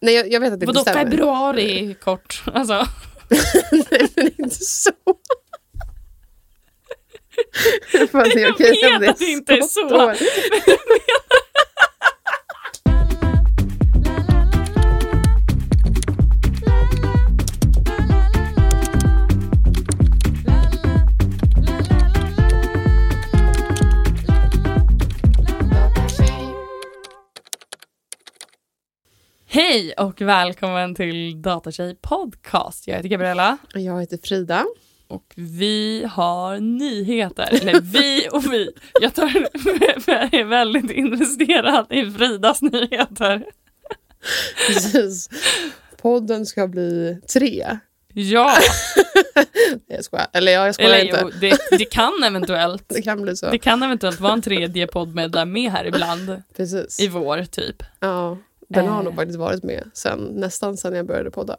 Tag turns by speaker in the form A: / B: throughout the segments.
A: Nej, jag, jag vet att det
B: Vadå
A: inte stämmer.
B: februari kort? Alltså,
A: Nej, men inte så. Fan, det är
B: Jag
A: okej
B: vet
A: om
B: att det inte är så.
A: står.
B: hej och välkommen till Datatjej podcast. Jag heter Gabriella
A: Och Jag heter Frida.
B: och vi har nyheter. Eller vi och vi. Jag, tar, jag är väldigt investerad i Fridas nyheter.
A: Precis. Podden ska bli tre.
B: Ja,
A: Nej, Jag skojar. Eller ja, jag skojar
B: eller
A: inte.
B: jo, det, det kan eventuellt.
A: Det kan bli så.
B: Det kan eventuellt vara en tredje poddmedlem med här ibland
A: Precis.
B: i vår typ.
A: Ja, den har
B: Eh.
A: nog faktiskt varit med sen, nästan sen jag började podda.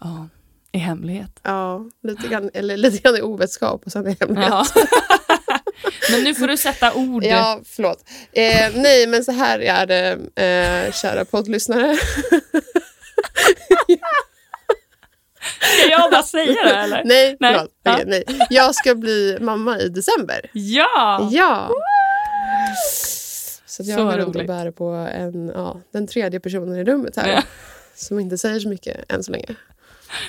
B: Ja, i hemlighet.
A: Ja, lite grann, eller lite grann i ovetskap och sen i hemlighet.
B: Ja. Men nu får du sätta ord.
A: Ja, förlåt. Eh, nej, men så här är det, eh, kära poddlyssnare.
B: Ska jag bara säga det eller?
A: Nej,
B: Nej.
A: förlåt.
B: Ja.
A: Okej, nej. Jag ska bli mamma i december.
B: Ja!
A: Ja! Så att jag
B: Så
A: går runt och
B: roligt.
A: bär på en, ja, den tredje personen i rummet här.
B: Ja.
A: Som inte säger så mycket än så länge.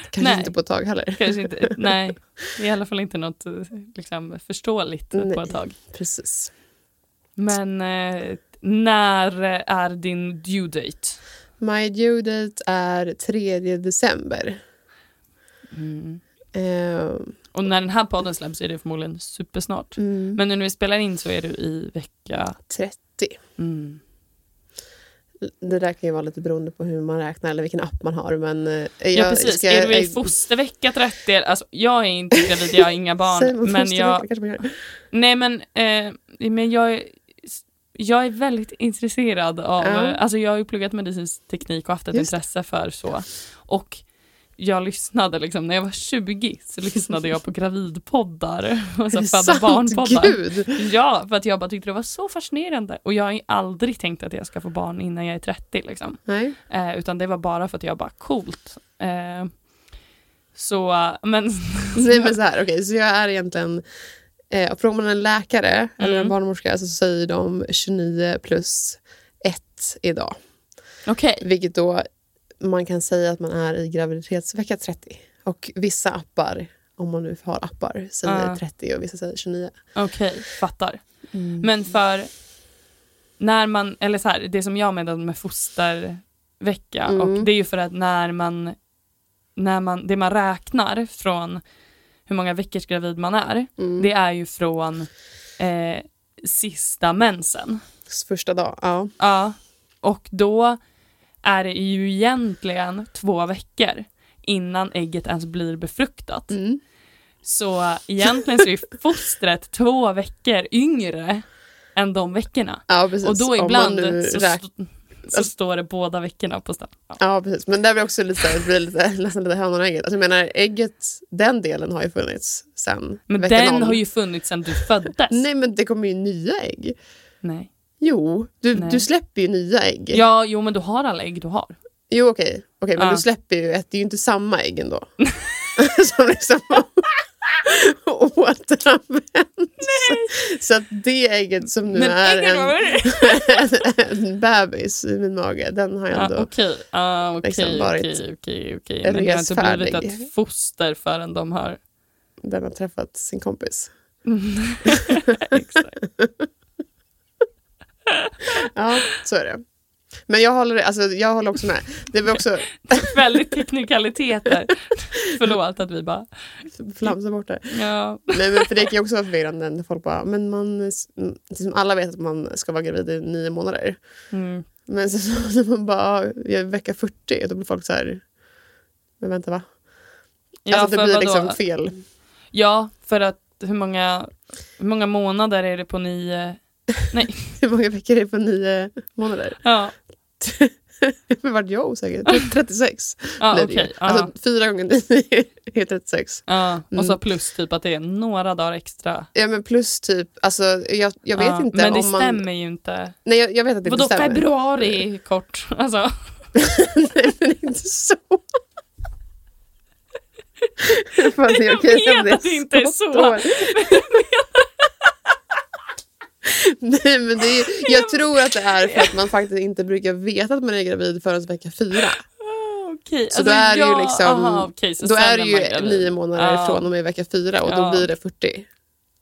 A: Kanske
B: Nej.
A: inte på ett tag heller.
B: Kanske inte, nej, i alla fall inte något eh, liksom, förståeligt
A: Nej.
B: på ett tag.
A: Precis.
B: Men eh, när är din due date?
A: My due date är 3 december. Mm. Eh,
B: Och när den här podden släpps är det förmodligen supersnart.
A: mm,
B: Men nu när vi spelar in så är du i vecka...
A: 30.
B: Mm.
A: Det där kan ju vara lite beroende på hur man räknar eller vilken app man har. Men eh,
B: Ja,
A: jag
B: precis.
A: ska-
B: är du i
A: jag-
B: fostervecka 30? Alltså, jag är inte gravid, jag har inga
A: Säger man
B: barn. Men
A: fostervecka?
B: jag, Alltså,
A: kanske man gör.
B: nej, men, eh, men jag, är, jag är väldigt intresserad av...
A: Ja.
B: eh, Alltså, jag har ju pluggat medicinsk teknik och haft ett
A: Just det.
B: intresse för så. Och jag lyssnade, liksom, när jag var 20 så lyssnade jag på gravidpoddar och
A: Är
B: så
A: det
B: födda
A: sant?
B: barnpoddar.
A: Gud!
B: Ja, för att jag bara tyckte det var så fascinerande. Och jag har ju aldrig tänkt att jag ska få barn innan jag är 30. Liksom.
A: Nej.
B: Eh, utan det var bara för att jag bara, coolt. Eh, så, eh, men...
A: Nej, men så här, okej, så jag är egentligen... Eh, frågar man en läkare eller en
B: Mm.
A: barnmorska så säger de 29 plus 1 idag.
B: Okej.
A: Vilket då man kan säga att man är i graviditetsvecka 30. Och vissa appar, om man nu har appar, säger
B: Ja.
A: 30 och vissa säger 29.
B: Okej, fattar. Men för när man, eller så här, det som jag menade med fostervecka,
A: Mm.
B: och det är ju för att när man, när man, det man räknar från hur många veckors gravid man är,
A: Mm.
B: det är ju från eh, sista mensen.
A: Första dag, ja.
B: Ja, och då är det ju egentligen två veckor innan ägget ens blir befruktat.
A: Mm.
B: Så egentligen så är ju fostret två veckor yngre än de veckorna.
A: ja precis.
B: Och då
A: Om
B: ibland
A: man nu Alltså-
B: så,
A: räknar-
B: st- så står det båda veckorna på stället. Ja.
A: Ja, precis. Men där blir också lite, det blir lite, nästan lite hönan och ägget. Alltså, jag menar, ägget, den delen har ju funnits sen
B: Men
A: vecka
B: den
A: noll.
B: har ju funnits sedan du föddes.
A: Nej, men det kommer ju nya ägg.
B: Nej.
A: Jo, du,
B: Nej.
A: du släpper ju nya ägg.
B: Ja, jo men du har alla ägg du har.
A: Jo, okej. Okej, men
B: Ja.
A: du släpper ju ett. Det är ju inte samma ägg ändå. Som liksom återanvänds. Så att det ägget som nu
B: men
A: är
B: äggen var
A: en, en bebis i min mage, den har jag ändå...
B: Ja, okej, ah, okej,
A: liksom varit
B: okej, okej, okej. Men det har inte
A: resfärdig.
B: blivit ett foster förrän de har...
A: Den har träffat sin kompis.
B: Exakt.
A: Ja, så är det. Men jag håller, alltså, jag håller också med. Det var också...
B: Väldigt teknikaliteter. Förlåt att vi bara...
A: flamsa bort det.
B: Ja,
A: Nej, men för det kan ju också vara förvirrande när folk bara, men man, liksom alla vet att man ska vara gravid i nio månader.
B: mm,
A: Men sen så när man bara, jag är vecka 40, då blir folk så här, men vänta va?
B: ja
A: alltså det
B: för
A: blir
B: vadå?
A: liksom fel.
B: Ja, för att hur många, hur många månader är det på nio... Nej,
A: Hur många veckor är det på nio månader?
B: ja,
A: Men vart jag osäker? 36
B: ja
A: blir
B: Ah, okej.
A: det ju.
B: ja,
A: Alltså fyra gånger nio är 36.
B: ja. Och så
A: Mm.
B: plus typ att det är några dagar extra.
A: Ja men plus typ, alltså jag, jag vet
B: ja,
A: inte
B: Ah, men det
A: om man...
B: stämmer ju inte.
A: Nej jag, jag vet att det
B: Vadå
A: inte stämmer.
B: februari kort? Alltså,
A: Nej, men inte så. Fan, det är
B: Jag
A: okej
B: vet
A: om är
B: att det inte är så.
A: stått år. Nej, men det är, jag tror att det är för att man faktiskt inte brukar veta att man är gravid förrän vecka fyra.
B: Ah, Okej,
A: Så då är det ju liksom-
B: aha, okej, så
A: Då
B: sen
A: är det
B: man
A: ju
B: gravid.
A: nio månader
B: Ja.
A: ifrån och med vecka fyra och då
B: Ja.
A: blir det 40. Är du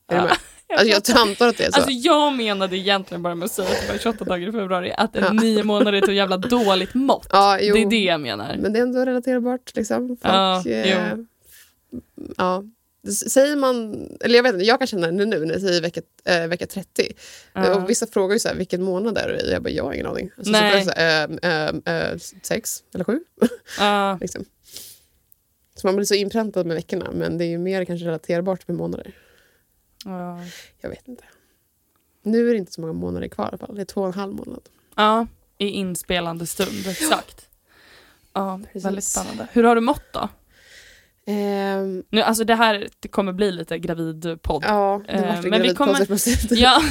B: Ja.
A: med? Alltså, jag antar att det är så.
B: Alltså jag menade egentligen bara med att säga att det var 28 dagar i februari, att en nio månader är ett jävla dåligt mått.
A: ja, jo.
B: Det är det jag menar.
A: Men det är ändå relaterbart. Liksom. Folk,
B: Ja,
A: eh, ja. S- Säger man, eller jag vet inte, jag kan känna det nu när jag säger vecka, eh, vecka 30.
B: Ja.
A: Och vissa frågar ju så här, vilken månad är du i? Jag bara, jag har ingen aning. Alltså,
B: Nej.
A: Så får jag så här, eh, eh, eh, sex eller sju.
B: Ja.
A: liksom. Så man blir så inpräntad med veckorna, men det är ju mer kanske relaterbart med månader.
B: Ja.
A: Jag vet inte. Nu är det inte så många månader kvar i alla fall. Det är två och en halv månad.
B: Ja, i inspelande stund, exakt. Ja,
A: Precis.
B: väldigt spännande. Hur har du mått då?
A: Ehm,
B: Nu, alltså det här det kommer bli lite gravidpodd.
A: ja, det
B: Eh,
A: vart
B: men vi
A: en
B: kommer-
A: kommer... på slutet.
B: Ja.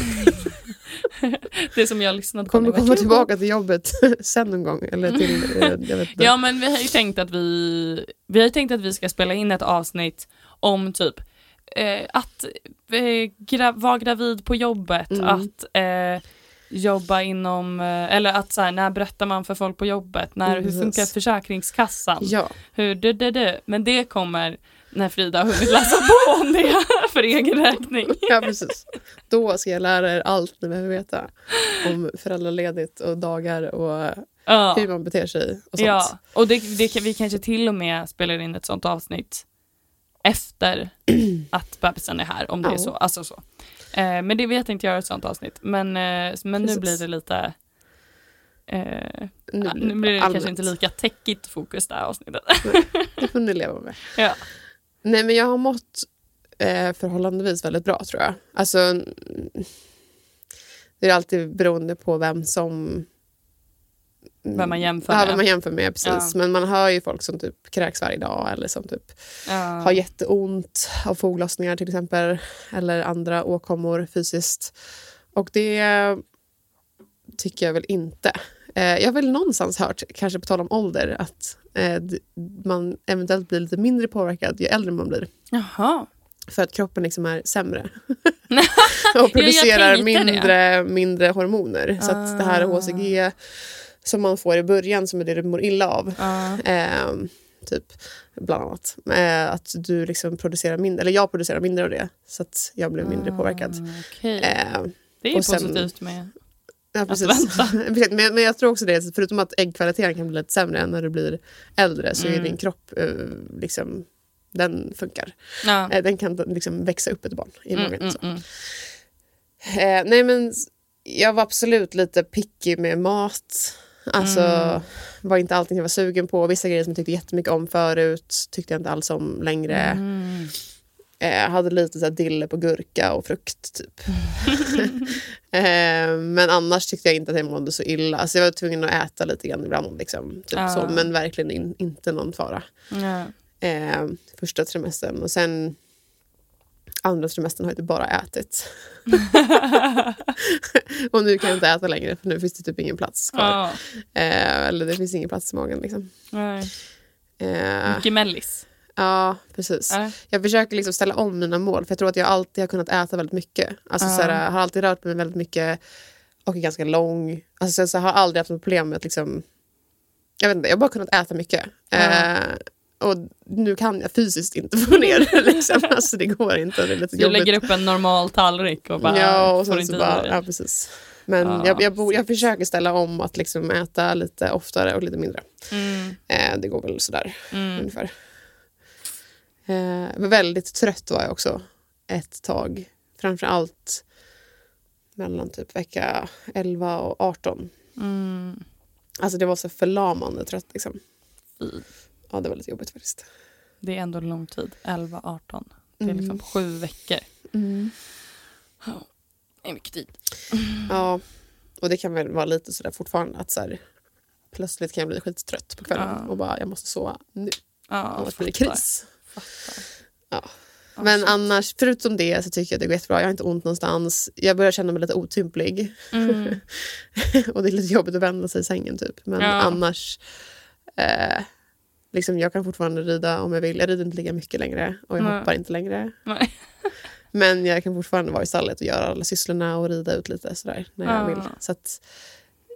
B: det som jag lyssnade på.
A: Kommer
B: när jag
A: komma
B: var-
A: tillbaka till jobbet sen någon gång. Eller till, eh, jag vet inte.
B: Mm. Ja men vi har ju tänkt att vi, vi, har ju tänkt att vi ska spela in ett avsnitt om typ eh, att eh, gra- vara gravid på jobbet,
A: Mm.
B: att eh, jobba inom, eh, eller att så här, när berättar man för folk på jobbet, när,
A: Mm,
B: hur
A: precis.
B: funkar Försäkringskassan,
A: Ja.
B: hur du, du, du. Men det kommer när Frida har hunnit läsa på om det för egen räkning.
A: ja, precis. Då ska jag lära er allt ni behöver veta om föräldraledigt och dagar och
B: Ja.
A: hur man beter sig och sånt.
B: Ja, och det, det, kan- vi kanske till och med spelar in ett sånt avsnitt efter att bebisen är här, om det
A: Ja.
B: är så. Alltså så. Eh, men det vet inte jag ett sånt avsnitt. Men, eh, men nu
A: Precis.
B: blir det lite... Eh,
A: Nu
B: ja,
A: blir Mm.
B: nu blir det
A: allmänt.
B: kanske inte lika täckigt fokus det här avsnittet.
A: Det får ni leva med.
B: ja.
A: Nej, men jag har mått eh, förhållandevis väldigt bra, tror jag. Alltså, mm, det är alltid beroende på vem som...
B: Vem man jämför
A: ja,
B: med.
A: vem man jämför med. Precis.
B: Ja.
A: Men man hör ju folk som typ kräks varje dag eller som typ
B: Ja.
A: har jätteont av foglossningar till exempel eller andra åkommor fysiskt. Och det tycker jag väl inte. Eh, Jag har väl någonstans hört, kanske på tal om ålder, att eh, d- man eventuellt blir lite mindre påverkad ju äldre man blir.
B: Jaha.
A: För att kroppen liksom är sämre. och
B: Ja, jag
A: producerar
B: tänkte det.
A: mindre, mindre hormoner. Så att det här
B: Ah.
A: HCG som man får i början, som är det du mår illa av,
B: Ja.
A: Ehm, typ, bland annat. Eh, att du liksom producerar mindre, eller jag producerar mindre av det. Så att jag blev mindre påverkad.
B: Ah, Okej,
A: Eh,
B: det är ju
A: och sen-
B: positivt med...
A: ja, precis.
B: vänta.
A: Exakt, men, men jag tror också det, förutom att äggkvaliteten kan bli lite sämre när du blir äldre så är
B: Mm.
A: din kropp, eh, liksom, den funkar.
B: Ja.
A: Eh, den kan liksom växa upp ett barn i magen.
B: Mm, mm,
A: så.
B: mm.
A: Eh, nej men jag var absolut lite picky med mat. Alltså
B: Mm.
A: var inte allting jag var sugen på. Vissa grejer som jag tyckte jättemycket om förut tyckte jag inte alls om längre.
B: Mm.
A: Eh, hade lite så här dille på gurka och frukt typ. eh, men annars tyckte jag inte att jag mådde så illa. Alltså, jag var tvungen att äta lite grann ibland. Liksom, typ
B: Ah.
A: så, men verkligen in, inte någon fara.
B: Ja.
A: Eh, första trimestern och sen andra trimestern har jag typ bara ätit. och nu kan jag inte äta längre för nu finns det typ ingen plats kvar.
B: Ja.
A: Eh, eller det finns ingen plats i magen liksom.
B: Nej.
A: Eh,
B: Mycket mellis.
A: Ja, precis.
B: Ja.
A: Jag försöker liksom ställa om mina mål för jag tror att jag alltid har kunnat äta väldigt mycket. Alltså,
B: Ja.
A: så här, har alltid rört mig väldigt mycket och är ganska lång. Alltså, så, här, så har jag aldrig haft något problem med att liksom, jag vet inte, jag har bara kunnat äta mycket.
B: Ja.
A: Eh, och nu kan jag fysiskt inte få ner det. Liksom. Alltså, det går inte, det är lite
B: Du
A: jobbigt.
B: lägger upp en normal tallrik och bara
A: ja, och
B: får
A: sen
B: inte
A: så
B: i
A: bara,
B: dig.
A: ja, precis. Men
B: Ja,
A: jag, jag, bo, jag
B: precis.
A: försöker ställa om att liksom äta lite oftare och lite mindre.
B: Mm,
A: Eh, det går väl sådär
B: mm.
A: ungefär. Eh, men väldigt trött var jag också ett tag. Framförallt mellan typ vecka 11 och 18.
B: Mm.
A: Alltså det var så förlamande trött liksom.
B: Fy.
A: Ja, det var lite jobbigt faktiskt.
B: Det är ändå lång tid, 11, 18. Det är
A: Mm.
B: liksom sju veckor. Det är mycket tid.
A: Ja, och det kan väl vara lite sådär fortfarande att så här, plötsligt kan jag bli skittrött på kvällen
B: Ja.
A: och bara jag måste sova nu
B: Ja,
A: annars blir det
B: fattar,
A: kris.
B: fattar.
A: Ja. Men annars, förutom det så tycker jag att det går jättebra. Jag har inte ont någonstans. Jag börjar känna mig lite otymplig.
B: Mm.
A: och det är lite jobbigt att vända sig i sängen typ. Men
B: Ja.
A: annars, eh, liksom jag kan fortfarande rida om jag vill. Jag rider inte lika mycket längre och jag
B: Nej.
A: hoppar inte längre.
B: Nej.
A: Men jag kan fortfarande vara i stallet och göra alla sysslorna och rida ut lite sådär när jag
B: Ja.
A: vill. Så att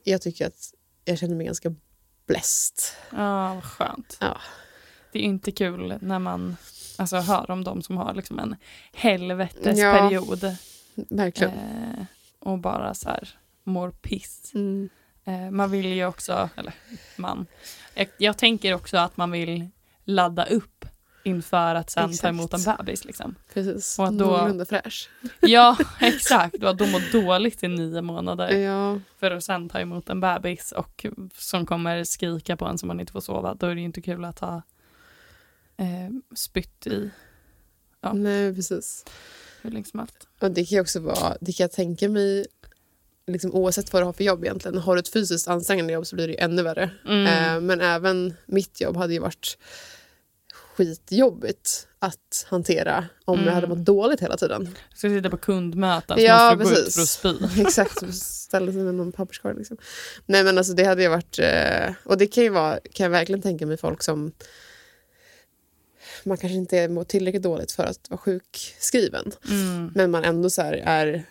A: jag tycker att jag känner mig ganska bläst.
B: Ja, vad skönt.
A: Ja.
B: Det är ju inte kul när man alltså, hör om de som har liksom en helvetesperiod
A: Verkligen.
B: eh, och bara så här mår piss.
A: Mm.
B: Eh, man vill ju också, eller man, jag, jag tänker också att man vill ladda upp inför att sen ta
A: Exakt.
B: emot en bebis. Liksom.
A: Precis.
B: Och att då-
A: Någorlunda fräsch.
B: Ja, exakt. Och att de mår dåligt i nio månader
A: Ja,
B: för att sen ta emot en bebis och som kommer skrika på en som man inte får sova. Då är det ju inte kul att ha eh, spytt i Ja.
A: nej precis.
B: hur länge som helst.
A: Och det kan ju också vara, det kan jag tänka mig, liksom, oavsett vad du har för jobb egentligen. Har du ett fysiskt ansträngande jobb så blir det ju ännu värre.
B: Mm.
A: Eh, men även mitt jobb hade ju varit skitjobbigt att hantera om jag
B: Mm.
A: hade mått dåligt hela tiden.
B: Jag ska sitta på kundmöten så
A: Ja,
B: måste du gå ut
A: precis.
B: för att spy.
A: Exakt, ställa sig med någon papperskorg. Liksom. Nej men alltså det hade ju varit, eh, och det kan ju vara, kan jag verkligen tänka mig folk som man kanske inte mår tillräckligt dåligt för att vara sjukskriven.
B: Mm.
A: Men man ändå så här är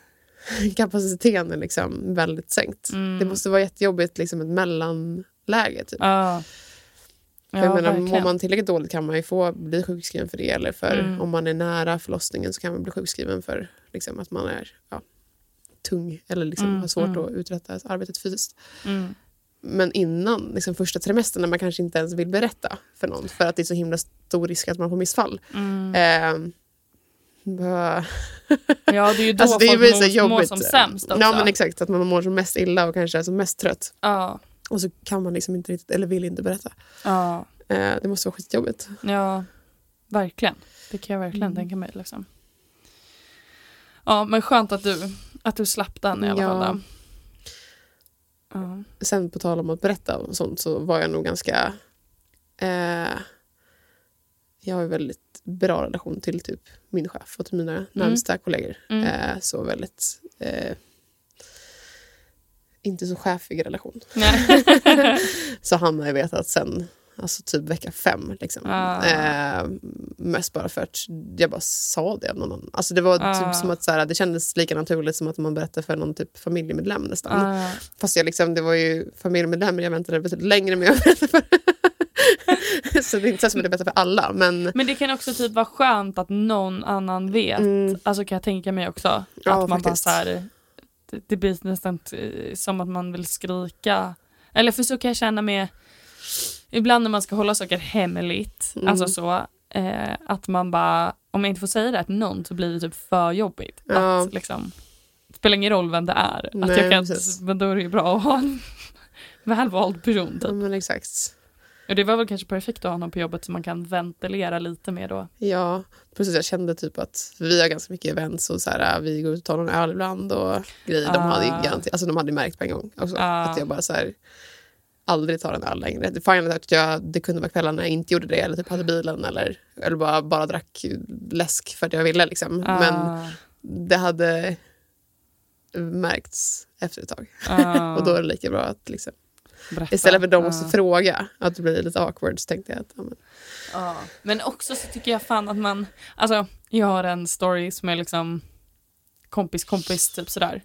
A: kapaciteten är liksom väldigt sänkt.
B: Mm.
A: Det måste vara jättejobbigt, liksom ett mellanläge. Typ.
B: Ja.
A: För jag menar, mår
B: verkligen.
A: man tillräckligt dåligt kan man ju få bli sjukskriven för det. Eller för
B: Mm.
A: om man är nära förlossningen så kan man bli sjukskriven för liksom, att man är ja, tung eller liksom,
B: Mm,
A: har svårt
B: mm.
A: att uträtta arbetet fysiskt.
B: Mm.
A: Men innan liksom, första trimestern när man kanske inte ens vill berätta för någon för att det är så himla stor risk att man får missfall.
B: Mm.
A: Mm. bara,
B: Ja, det är ju då
A: alltså, det
B: folk
A: blir så
B: mår, mår
A: jobbigt.
B: som sämst också.
A: Ja men exakt, att man mår som mest illa och kanske är som mest trött.
B: ja.
A: Och så kan man liksom inte riktigt, eller vill inte berätta.
B: Ja.
A: Eh, det måste vara skitjobbigt.
B: ja, verkligen. Det kan jag verkligen
A: Mm.
B: tänka mig. Liksom. Ja, men skönt att du, att du slapp den i alla
A: Ja.
B: fall. Då. Ja.
A: sen på tal om att berätta och sånt så var jag nog ganska... Eh, jag har en väldigt bra relation till typ min chef och till mina närmsta kollegor.
B: Mm.
A: Eh, så väldigt... Eh, inte så chefig relation.
B: Nej.
A: Så han har ju vetat sen alltså typ vecka fem. Liksom.
B: Ah.
A: Eh, mest bara för att jag bara sa det av någon annan. Alltså det var
B: Ah.
A: typ som att så här, det kändes lika naturligt som att man berättar för någon typ familjemedlem nästan.
B: Ja.
A: Fast jag liksom, det var ju familjemedlemmar jag väntade betydligt längre med att berätta för. så det är inte så som att jag berättar för alla. Men
B: Men det kan också typ vara skönt att någon annan vet.
A: Mm.
B: Alltså kan jag tänka mig också.
A: Ja,
B: att man bara
A: faktiskt.
B: så här, det, det blir nästan t- som att man vill skrika. Eller för så kan jag känna med, ibland när man ska hålla saker hemligt,
A: Mm.
B: alltså så, eh, att man bara, om jag inte får säga det här till någon så blir det typ för jobbigt.
A: Ja.
B: Att liksom, det spelar ingen roll vem det är. att
A: Nej,
B: jag kan,
A: precis.
B: men då är det ju bra att ha en välvald person.
A: ja,
B: Typ.
A: men exakt.
B: Och det var väl kanske perfekt att ha någon på jobbet som man kan ventilera lite med då.
A: Ja, precis. Jag kände typ att vi har ganska mycket events och så här, vi går ut och tar någon öl ibland och grejer. De,
B: Ah.
A: hade ju garanti- alltså, de hade ju märkt på en gång också,
B: Ah.
A: att jag bara så här, aldrig tar en öl längre. Det, fan, att jag, det kunde vara kvällar när jag inte gjorde det eller typ hade bilen eller, eller bara, bara drack läsk för att jag ville. Liksom. Men
B: Ah,
A: det hade märkts efter ett tag.
B: ah,
A: Och då är det lika bra att liksom,
B: berätta.
A: istället för att de måste
B: Ah,
A: fråga att det blir lite awkward så tänkte jag att ja, men,
B: ah. Men också så tycker jag fan att man, alltså jag har en story som är liksom kompis kompis typ sådär.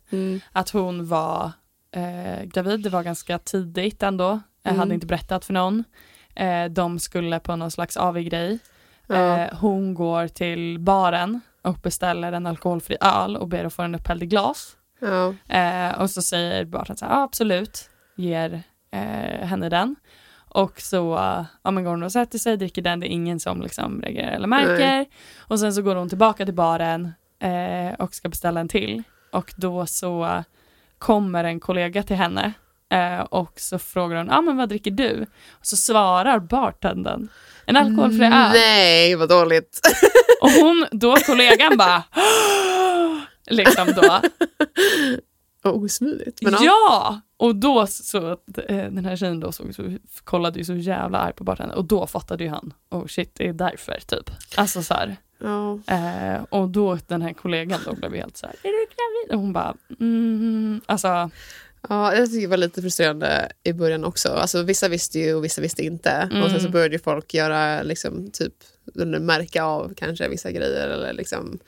B: Att hon var eh, gravid, det var ganska tidigt ändå. Jag
A: Mm.
B: hade inte berättat för någon. Eh, de skulle på någon slags AV-grej.
A: ja,
B: Eh, hon går till baren och beställer en alkoholfri öl och ber att få den upphälld i glas.
A: ja,
B: Eh, och så säger bartendern så här, ja absolut, ger eh, henne den. Och så eh, ja, men går hon och sätter sig, dricker den, det är ingen som liksom reagerar eller märker. Och sen så går hon tillbaka till baren eh, och ska beställa en till. Och då så kommer en kollega till henne eh, och så frågar hon, ja men vad dricker du? Och så svarar bartendern, en alkoholfri öl.
A: Nej, vad dåligt.
B: Och hon, då kollegan bara, liksom då.
A: Och osmidigt. Men, ja.
B: ja! Och då så, eh, den här tjejen då såg, så, kollade ju så jävla arg på bartendern och då fattade ju han, oh shit det är därför typ. Alltså så här,
A: Ja.
B: Eh, och då den här kollegan då blev helt så här, är du gravid? Och hon bara, mm, alltså,
A: Ja, jag tycker det var lite frustrerande i början också. Alltså, vissa visste ju och vissa visste inte. Och sen så
B: Mm.
A: började ju folk göra, liksom, typ, eller märka av kanske vissa grejer eller liksom,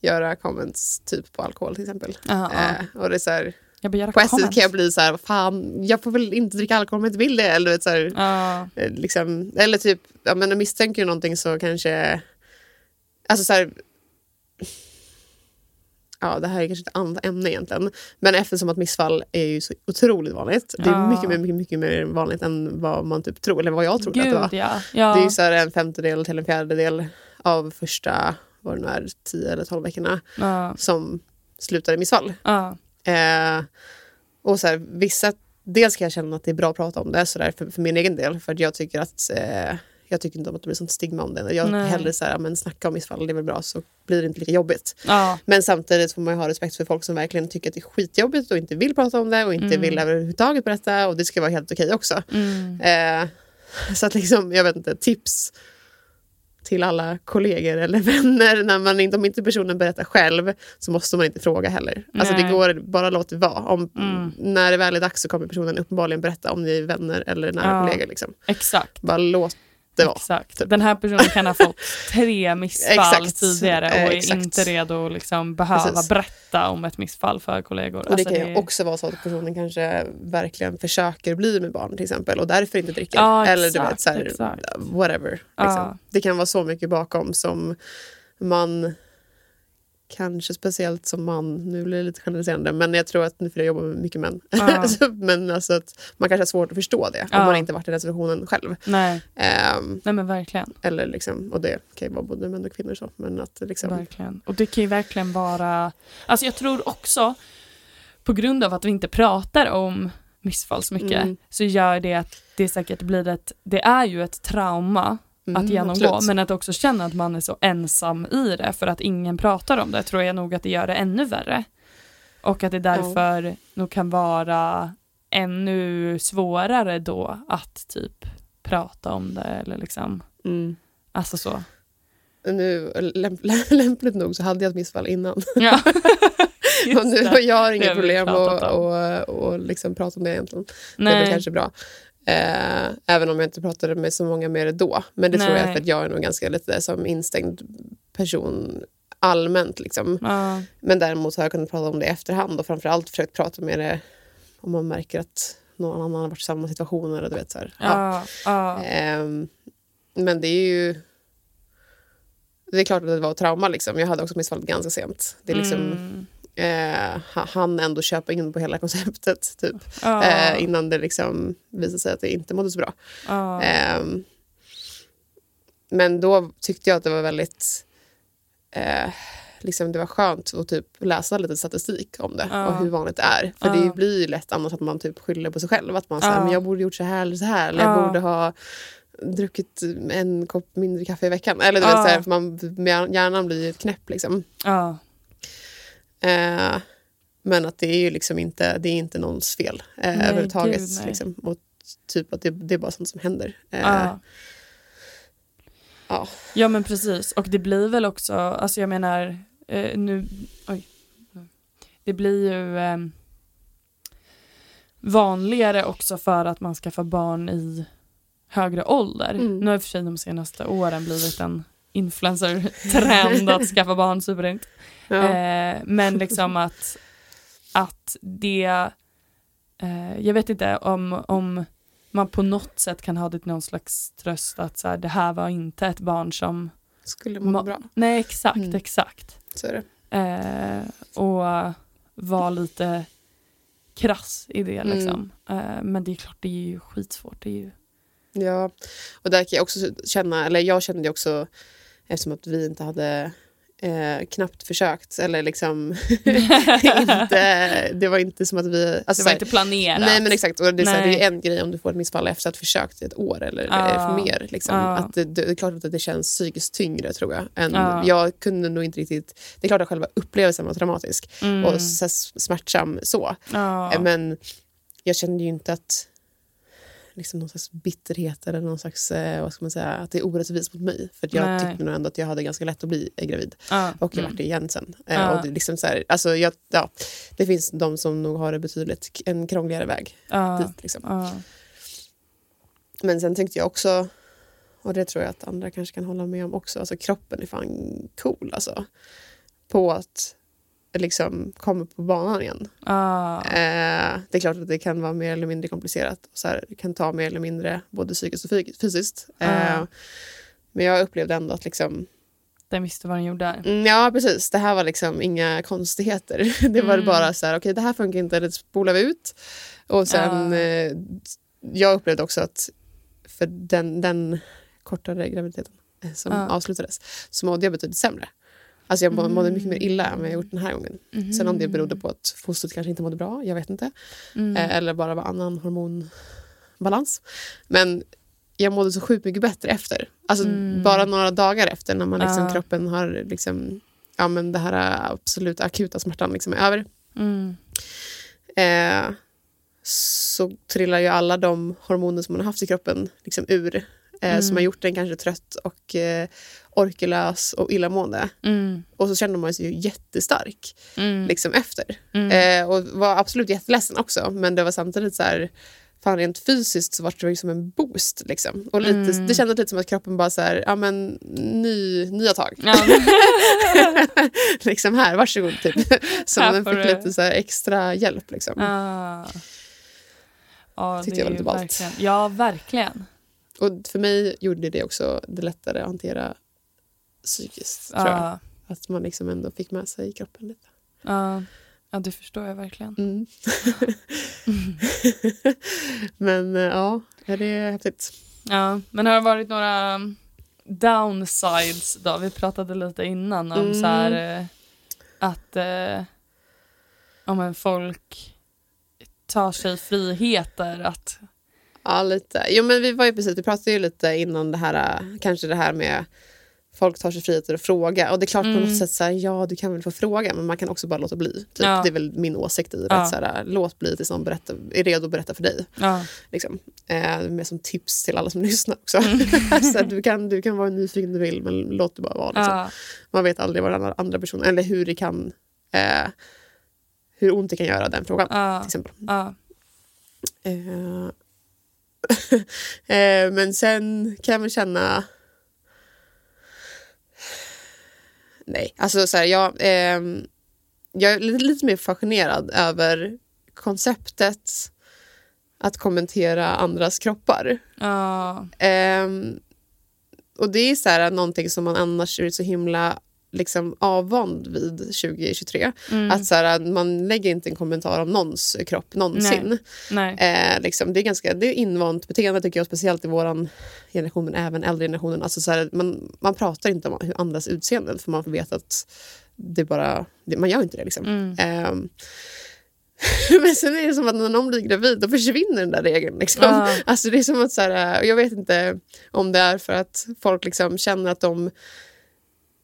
A: göra comments typ på alkohol till exempel.
B: aha, ja.
A: Eh, och det är så här,
B: jag började
A: på SL kan jag bli så här, "Vad fan, jag får väl inte dricka alkohol om jag inte vill det. Eller, du vet, så här,
B: Ja,
A: eh, liksom, eller typ, ja, men om jag misstänker du någonting så kanske... Alltså så här... Ja, det här är kanske ett annat ämne egentligen. Men eftersom att missfall är ju så otroligt vanligt. Det är
B: Ja.
A: mycket, mycket, mycket, mycket mer vanligt än vad man typ tror, eller vad jag trodde att det
B: gud
A: var.
B: ja. ja.
A: Det är ju så här en femtedel till en fjärdedel av första, vad det nu är, 10 eller 12 veckorna
B: ja,
A: som slutar i missfall.
B: ja.
A: Eh, och så här, vissa, dels kan jag känna att det är bra att prata om det så där, för, för min egen del, för att jag tycker att eh, jag tycker inte om att det blir sånt stigma om det. Jag
B: Nej.
A: hellre så här, men snacka om missfall, det är väl bra, så blir det inte lika jobbigt.
B: ja.
A: Men samtidigt får man ju ha respekt för folk som verkligen tycker att det är skitjobbigt och inte vill prata om det och inte
B: Mm.
A: vill överhuvudtaget berätta och det ska vara helt okej också.
B: Mm.
A: Eh, så att liksom, jag vet inte, tips till alla kollegor eller vänner. När man, inte- om inte personen berättar själv så måste man inte fråga heller. Alltså det
B: Nej.
A: går, bara låt det vara. Om,
B: Mm.
A: När det väl är dags så kommer personen uppenbarligen berätta om ni är vänner eller nära
B: Ja.
A: kollegor. Liksom.
B: Exakt.
A: Bara låt det vara.
B: Exakt.
A: typ.
B: Den här personen kan ha fått tre missfall
A: Exakt.
B: tidigare och är
A: Eh, exakt.
B: inte redo att liksom behöva
A: Precis.
B: berätta om ett missfall för kollegor. Alltså,
A: Och det kan ju också vara så att personen kanske verkligen försöker bli med barn till exempel och därför inte dricker.
B: Ja,
A: Eller du
B: exakt,
A: vet, så här,
B: exakt.
A: whatever. Liksom.
B: Ja.
A: Det kan vara så mycket bakom som man Kanske speciellt som man, nu blir det lite generaliserande, men jag tror att nu för jag jobbar med mycket män.
B: Ja.
A: Alltså, men alltså att man kanske har svårt att förstå det om
B: Ja.
A: man inte varit i den situationen själv.
B: Nej,
A: Ehm,
B: nej men verkligen.
A: eller liksom, och det kan ju vara både män och kvinnor så, men att liksom...
B: verkligen. Och det kan ju verkligen vara... Alltså jag tror också, på grund av att vi inte pratar om missfall så mycket,
A: Mm.
B: så gör det att det säkert blir ett... Det är ju ett trauma
A: Mm,
B: att genomgå,
A: absolut.
B: men att också känna att man är så ensam i det för att ingen pratar om det tror jag nog att det gör det ännu värre. Och att det därför nog kan vara ännu svårare då att typ prata om det eller liksom,
A: Mm.
B: alltså så.
A: Nu, lämp, lämpligt nog så hade jag ett missfall innan.
B: Ja.
A: Och nu har jag
B: Det
A: inget
B: har vi
A: problem att
B: pratat om.
A: och, och liksom prata om det egentligen. Det är väl
B: Nej.
A: kanske bra. Eh, även om jag inte pratade med så många mer då. Men det tror jag
B: Nej.
A: för att jag är nog ganska lite som instängd person allmänt. Liksom.
B: Ja,
A: Men däremot har jag kunnat prata om det i efterhand och framförallt försökt prata med det om man märker att någon annan har varit i samma situation. Eller du vet, så här. Ja.
B: ja, ja,
A: Ehm, men det är ju... Det är klart att det var trauma. Liksom. Jag hade också missfallit ganska sent. Det är liksom,
B: Mm,
A: eh, han ändå köpa in på hela konceptet typ.
B: ja,
A: Eh, innan det liksom visade sig att det inte mådde så bra.
B: ja,
A: Ehm, men då tyckte jag att det var väldigt eh, liksom det var skönt att typ läsa lite statistik om det
B: Ja.
A: och hur vanligt det är. För det
B: Ja.
A: blir ju lätt annars att man typ skyller på sig själv. Att man säger
B: Ja.
A: men jag borde gjort så här eller så här. Eller
B: Ja.
A: jag borde ha druckit en kopp mindre kaffe i veckan. Eller du
B: Ja.
A: vet, så här, för man, hjärnan blir ju knäpp liksom.
B: ja,
A: Eh, men att det är ju liksom inte, det är inte någons fel eh,
B: Nej,
A: överhuvudtaget.
B: gud, nej.
A: liksom. Och typ att det, det är bara sånt som händer. Eh,
B: ja.
A: ja.
B: Ja men precis och det blir väl också, alltså jag menar eh, nu, oj. Det blir ju eh, vanligare också för att man skaffar barn i högre ålder.
A: Mm.
B: Nu har i och för sig de senaste åren blivit en influencer-trend att skaffa barn, superint.
A: Ja.
B: Eh, men liksom att, att det, eh, jag vet inte om, om man på något sätt kan ha det någon slags tröst att så här, det här var inte ett barn som,
A: Skulle må
B: ma-
A: bra,
B: nej exakt,
A: Mm.
B: exakt.
A: så är det.
B: Eh, och var lite krass i det
A: Mm. Alltså
B: liksom. Eh, men det är klart, det är ju skitsvårt. Det är ju,
A: Ja. Och där kan jag också känna, eller jag kände ju också eftersom att vi inte hade eh, knappt försökt eller liksom inte, det var inte som att vi...
B: det
A: Alltså,
B: var
A: så här-
B: inte planerat.
A: Nej men exakt, och det är, så här,
B: Nej.
A: det är en grej om du får ett missfall efter att ha försökt i ett år eller
B: Ja.
A: uh, mer. Liksom.
B: Ja.
A: Att det, det är klart att det känns psykiskt tyngre tror jag. Än,
B: Ja.
A: Jag kunde nog inte riktigt, det är klart att själva upplevelsen var traumatisk
B: Mm.
A: och så Eh, här, smärtsam så.
B: ja.
A: Men jag kände ju inte att liksom någon slags bitterhet eller någon slags, eh, vad ska man säga, att det är orättvist mot mig. För att jag
B: Nej.
A: tyckte nog ändå att jag hade ganska lätt att bli eh, gravid.
B: Ja.
A: Och jag
B: Mm.
A: vart det igen sen. Eh,
B: Ja.
A: Och det, är liksom så här, alltså jag, ja, det finns de som nog har det betydligt k- en krångligare väg
B: Ja.
A: dit. Liksom.
B: Ja.
A: Men sen tänkte jag också, och det tror jag att andra kanske kan hålla med om också, alltså kroppen är fan cool alltså. På att liksom komma på banan igen.
B: Ja.
A: Eh, det är klart att det kan vara mer eller mindre komplicerat. Och så här, det kan ta mer eller mindre både psykiskt och fy- fysiskt. Eh,
B: Ja.
A: Men jag upplevde ändå att liksom,
B: Den visste vad den gjorde. där.
A: mm, ja precis, det här var liksom inga konstigheter. Det var
B: Mm.
A: bara så här, okej det här funkar inte, det spolar vi ut. Och sen,
B: Ja.
A: eh, jag upplevde också att för den, den kortare graviditeten eh, som
B: Ja.
A: avslutades så mådde jag betydligt sämre. Alltså jag må- mådde mycket mer illa än vad jag gjort den här gången. Sen om det berodde på att fostret kanske inte mådde bra, jag vet inte.
B: Mm.
A: Eh, Eller bara var annan hormonbalans. Men jag mådde så sjukt mycket bättre efter. Alltså
B: Mm.
A: bara några dagar efter när man liksom,
B: Ja.
A: kroppen har liksom, ja men det här eh, absolut akuta smärtan liksom är över.
B: Mm.
A: Eh, så trillar ju alla de hormoner som man har haft i kroppen liksom ur. Eh,
B: Mm.
A: Som har gjort den kanske trött och eh, orkelös och illamående.
B: Mm.
A: Och så känner man sig ju jättestark
B: Mm.
A: liksom efter.
B: Mm.
A: Eh, och var absolut jätteledsen också, men det var samtidigt så här, fan rent fysiskt så var det ju som en boost. Liksom. Och lite,
B: Mm.
A: Det kändes lite som att kroppen bara så här, ja men ny, nya tag.
B: Ja,
A: liksom här, varsågod typ. Så
B: Här
A: den
B: får
A: fick
B: du.
A: lite så här extra hjälp. Liksom.
B: Ah. Ja,
A: Tyckte jag
B: det
A: var
B: är
A: lite
B: ju
A: ballt.
B: verkligen. Ja, verkligen.
A: Och för mig gjorde det också det lättare att hantera psykiskt. Tror jag.
B: Ja,
A: Att man liksom ändå fick med sig kroppen lite.
B: ja. ja, det förstår jag verkligen.
A: Mm. men eh, ja, ja, det är häftigt.
B: Ja, men har det varit några mm, downsides då? Vi pratade lite innan om
A: Mm.
B: så här eh, att eh, ja, men folk tar sig friheter att...
A: Ja, lite. Jo, men vi var ju precis, vi pratade ju lite innan det här, äh, kanske det här med folk tar sig friheter att fråga. Och det är klart på
B: Mm.
A: något sätt så här, ja du kan väl få fråga men man kan också bara låta bli. Typ.
B: Ja.
A: Det är väl min åsikt i det.
B: Ja.
A: Att, så här, äh, låt bli tills någon berättar, är redo att berätta för dig.
B: Ja,
A: Liksom. Eh, med som tips till alla som lyssnar också.
B: Mm.
A: så att du, kan, du kan vara hur nyfiken du vill men låt det bara vara. Liksom.
B: ja,
A: Man vet aldrig vad den andra- andra personen, eller hur det kan, eh, hur ont det kan göra den frågan.
B: ja,
A: Till exempel.
B: ja,
A: Eh, eh, men sen kan jag väl känna... Nej, alltså så här, jag, ehm, jag är lite, lite mer fascinerad över konceptet att kommentera andras kroppar.
B: ja,
A: Ehm, och det är så här, någonting som man annars är så himla liksom, avvand vid 2023.
B: mm,
A: Att så här, man lägger inte en kommentar om någons kropp någonsin.
B: Nej. nej,
A: Eh, liksom, det är ganska det är invant beteende, tycker jag, speciellt i vår generation, men även äldre generationen. Alltså, så här, man, man pratar inte om hur andras utseenden, för man vet att det bara, det, man gör inte det. Liksom.
B: mm,
A: Ehm, men sen är det som att när någon blir gravid, då försvinner den där regeln. Liksom.
B: Ja.
A: Alltså, det är som att, så här, och jag vet inte om det är för att folk liksom känner att de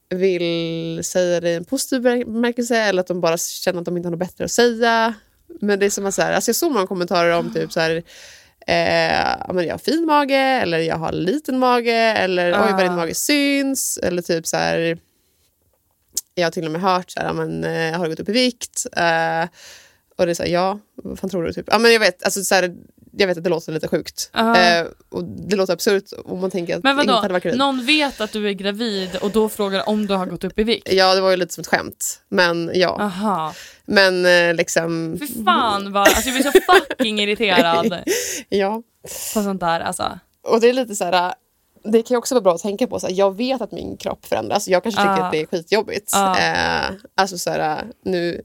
A: vill säga det i en positiv bemärkelse eller att de bara känner att de inte har något bättre att säga. Men det är som att så här, alltså jag såg många kommentarer
B: Ah.
A: om typ så här, eh, ja, men jag har fin mage eller jag har liten mage eller oj vad din
B: Ah.
A: mage syns eller typ så här jag har till och med hört så här, ja, men, eh, har du gått upp i vikt? Eh, och det är så här, ja, vad fan tror du? Typ? Ja, men jag, vet, alltså, så här, jag vet att det låter lite sjukt.
B: Ja.
A: Eh, och det låter absurt om man tänker att
B: Men
A: inte
B: vadå,
A: hade varit gravid.
B: någon vet att du är gravid och då frågar om du har gått upp i vikt?
A: Ja, det var ju lite som ett skämt. Men ja.
B: Aha.
A: Men eh, liksom,
B: Fy fan vad, alltså jag blir så fucking irriterad
A: ja.
B: på sånt där alltså.
A: Och det är lite så här... Det kan ju också vara bra att tänka på. Så här, jag vet att min kropp förändras. Jag kanske tycker
B: Ja.
A: att det är skitjobbigt.
B: Ja.
A: Eh, alltså så här, nu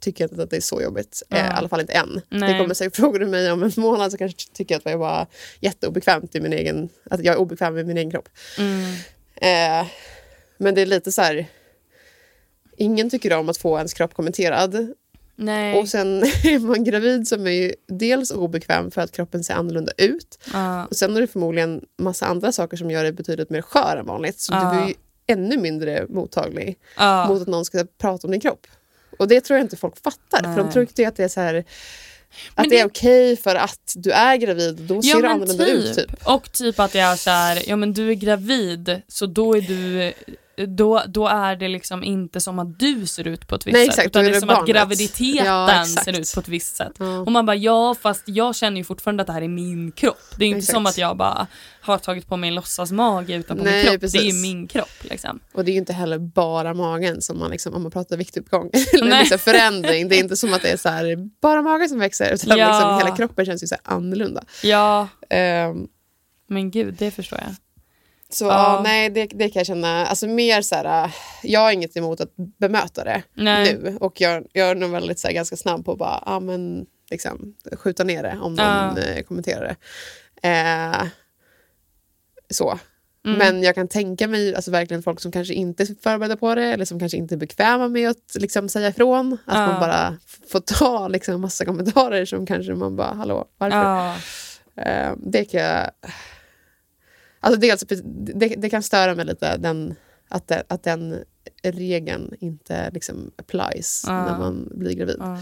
A: tycker jag inte att det är så jobbigt. Eh, I
B: Ja.
A: alla fall inte än. Det
B: Nej.
A: kommer säkert frågor du mig om en månad så kanske tycker jag att jag var jätteobekvämt i min egen... Att jag är obekväm med min egen kropp.
B: Mm.
A: Eh, men det är lite så här... Ingen tycker om att få ens kropp kommenterad.
B: Nej.
A: Och sen är man gravid som är ju dels obekväm för att kroppen ser annorlunda ut.
B: Ja.
A: Och sen är det förmodligen massa andra saker som gör dig betydligt mer skör än vanligt. Så
B: Ja.
A: du är ju ännu mindre mottaglig
B: Ja.
A: mot att någon ska prata om din kropp. Och det tror jag inte folk fattar. För de
B: Nej.
A: tror ju att det är så här, Att det är okej för att du är gravid, då ser du
B: men
A: annorlunda ut. Typ.
B: Och typ att det är så här, ja men du är gravid så då är du då, då är det liksom inte som att du ser ut på ett visst
A: Nej,
B: sätt
A: exakt, då
B: utan det
A: är
B: är
A: det
B: som att
A: barnet.
B: graviditeten
A: Ja, exakt.
B: ser ut på ett visst sätt.
A: Ja.
B: Och man bara ja fast jag känner ju fortfarande att det här är min kropp. Det är inte
A: Exakt.
B: som att jag bara har tagit på mig en låtsasmage utan på
A: Nej,
B: min kropp. Det
A: precis.
B: är min kropp liksom.
A: Och det är ju inte heller bara magen som man, liksom, om man pratar viktuppgång, eller
B: Nej.
A: liksom förändring. Det är inte som att det är så här, bara magen som växer, utan
B: Ja.
A: liksom, hela kroppen känns ju så här annorlunda.
B: Ja
A: Ehm,
B: men gud det förstår jag.
A: så
B: Ja.
A: ja, nej, det, det kan jag känna. Alltså mer så här, äh, jag har inget emot att bemöta det
B: Nej.
A: nu. Och jag, jag är nog väldigt så här, ganska snabb på att bara, ja men, liksom, skjuta ner det om någon
B: Ja.
A: eh, kommenterar det. Eh, så.
B: Mm.
A: Men jag kan tänka mig alltså, verkligen folk som kanske inte är förberedda på det eller som kanske inte är bekväma med att liksom, säga ifrån. Att
B: Ja.
A: man bara f- får ta liksom, massa kommentarer som kanske man bara, hallå, varför?
B: Ja.
A: Eh, det kan jag... Alltså dels, det, det kan störa mig lite den, att, det, att den regeln inte liksom applies
B: Ja.
A: när man blir gravid.
B: Ja.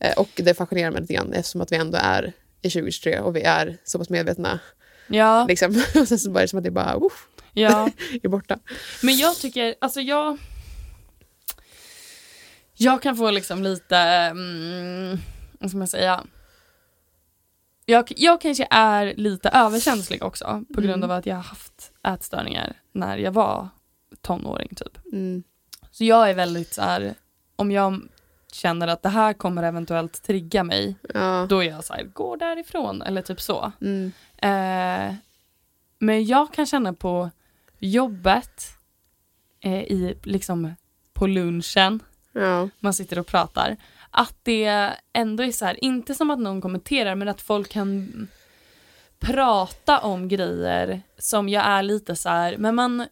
A: Eh, och det fascinerar mig lite grann eftersom att vi ändå är i 2023 och vi är så pass medvetna.
B: Ja,
A: Liksom. Och sen så bara är det som att det bara uff,
B: ja.
A: är borta.
B: Men jag tycker, alltså jag... Jag kan få liksom lite, mm, vad ska man säga? Jag, jag kanske är lite överkänslig också på grund
A: Mm.
B: av att jag har haft ätstörningar när jag var tonåring typ.
A: Mm.
B: Så jag är väldigt så här, om jag känner att det här kommer eventuellt trigga mig,
A: Ja.
B: då är jag så här, gå därifrån eller typ så.
A: Mm.
B: Eh, men jag kan känna på jobbet, eh, i, liksom på lunchen,
A: Ja.
B: man sitter och pratar, att det ändå är så här, inte som att någon kommenterar, men att folk kan prata om grejer som jag är lite så här, men man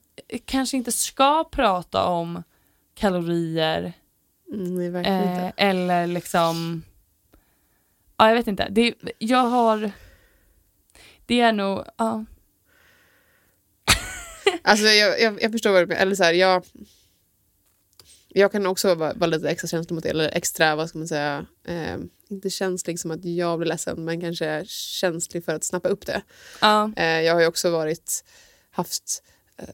B: kanske inte ska prata om kalorier
A: Mm, nej, verkligen
B: eh,
A: inte.
B: eller liksom, ja jag vet inte, det, jag har, det är nog, ja.
A: Alltså, jag, jag, jag förstår vad du menar. Eller så här, jag, jag kan också vara, vara lite extra känslig mot det. Eller extra, vad ska man säga? Eh, inte känslig som att jag blir ledsen, men kanske känslig för att snappa upp det.
B: Ja,
A: Eh, jag har ju också varit, haft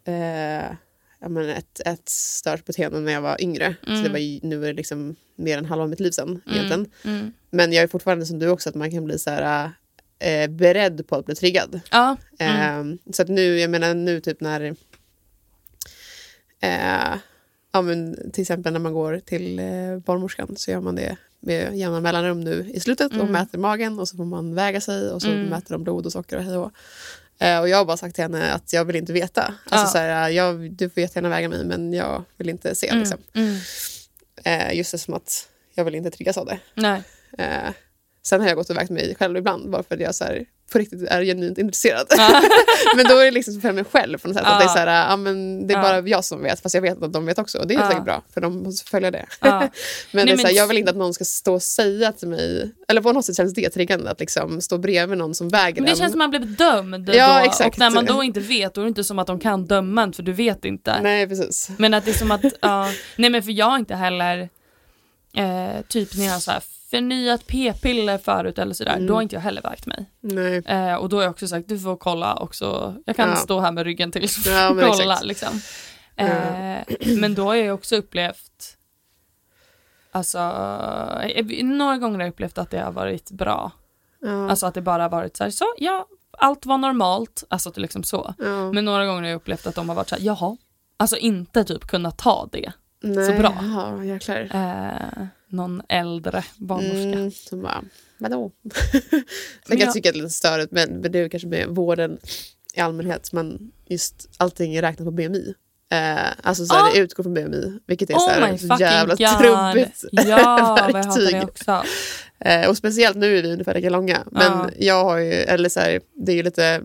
A: eh, ja, men ett, ett stört beteende när jag var yngre. Så det
B: Mm.
A: var ju, nu är det liksom mer än halva mitt liv sedan egentligen.
B: mm, mm.
A: Men jag är fortfarande som du också att man kan bli så här, eh, beredd på att bli triggad.
B: ja, mm,
A: Ehm, så att nu, jag menar nu typ när... Eh, ja, men till exempel när man går till eh, barnmorskan så gör man det med jämna mellanrum nu i slutet och
B: Mm.
A: mäter magen och så får man väga sig och så
B: Mm.
A: mäter de blod och socker och hej och hå. eh, och Jag har bara sagt till henne att jag vill inte veta. Alltså
B: Ja.
A: så här, jag, du får jättegärna väga mig men jag vill inte se. Liksom.
B: mm, mm.
A: Eh, just eftersom att jag vill inte triggas av det.
B: Nej.
A: Eh, sen har jag gått och vägt mig själv ibland bara för att jag så här, på riktigt är genuint intresserad.
B: Ja.
A: men då är det liksom för mig själv på något sätt. Att
B: Ja.
A: det är, så här, ja, men det är
B: Ja.
A: bara jag som vet fast jag vet att de vet också. Och det är
B: Ja.
A: säkert bra för de måste följa det.
B: Ja.
A: Men, det är
B: men-
A: så här, jag vill inte att någon ska stå och säga till mig, eller på något sätt känns det triggande att liksom stå bredvid någon som väger
B: Men det
A: en.
B: känns som att man blir dömd
A: Ja,
B: då
A: exakt.
B: och när man då inte vet då är det inte som att de kan döma en för du vet inte.
A: Nej precis.
B: Men att det är som att, ja, nej men för jag har inte heller, eh, typ när jag har så här förnyat p-piller förut eller sådär,
A: Mm.
B: då har inte jag heller vägt mig.
A: Nej.
B: Eh, och då har jag också sagt, du får kolla också, jag kan
A: Ja.
B: stå här med ryggen till så
A: Ja,
B: får
A: men
B: du
A: exakt.
B: kolla liksom. Eh, men då har jag också upplevt, alltså, eh, några gånger har jag upplevt att det har varit bra.
A: Ja.
B: Alltså att det bara har varit så här, så ja, allt var normalt, alltså att det liksom så.
A: ja.
B: Men några gånger har jag upplevt att de har varit så här, jaha, alltså inte typ kunnat ta det.
A: Nej.
B: så bra.
A: Ja, jäklar.
B: Eh, någon äldre barnmorska.
A: Mm, som bara, vadå?
B: Men
A: Sen kan jag
B: jag-
A: tycka att det är lite störigt, men, men det är ju kanske med vården i allmänhet. Men just allting är räknat på BMI. Eh, alltså så här,
B: Ah!
A: det utgår från BMI, vilket är så,
B: Oh
A: här,
B: my
A: så
B: fucking
A: jävla
B: god.
A: trubbigt.
B: Ja, vad jag hatar
A: verktyg.
B: det också.
A: Eh, och speciellt nu är vi ungefär lika långa. Men
B: Ja.
A: jag har ju, eller så här, det är ju lite,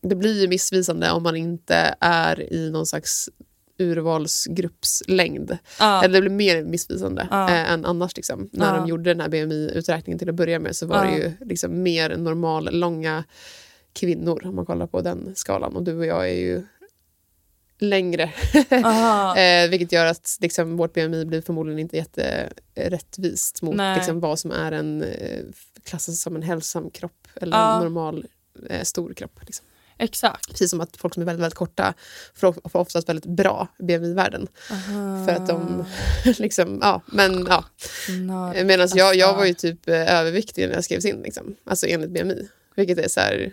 A: det blir ju missvisande om man inte är i någon slags urvalsgruppslängd.
B: Ja,
A: Eller det blev mer missvisande
B: Ja.
A: eh, än annars. Liksom. När
B: Ja.
A: de gjorde den här BMI-uträkningen till att börja med så var
B: Ja.
A: det ju liksom mer normal långa kvinnor om man kollar på den skalan. Och du och jag är ju längre.
B: aha.
A: eh, vilket gör att liksom, vårt BMI blir förmodligen inte jätterättvist mot
B: Nej.
A: liksom, vad som är en eh, klassas som en hälsosam kropp eller
B: Ja.
A: en normal eh, stor kropp. Liksom.
B: Exakt.
A: Precis som att folk som är väldigt, väldigt korta får får oftast väldigt bra BMI-värden. För att de... liksom, ja, men, ja.
B: Snarare.
A: Medan jag, jag
B: Alltså-
A: var ju typ eh, överviktig när jag skrevs in, liksom. alltså enligt BMI. Vilket är så här...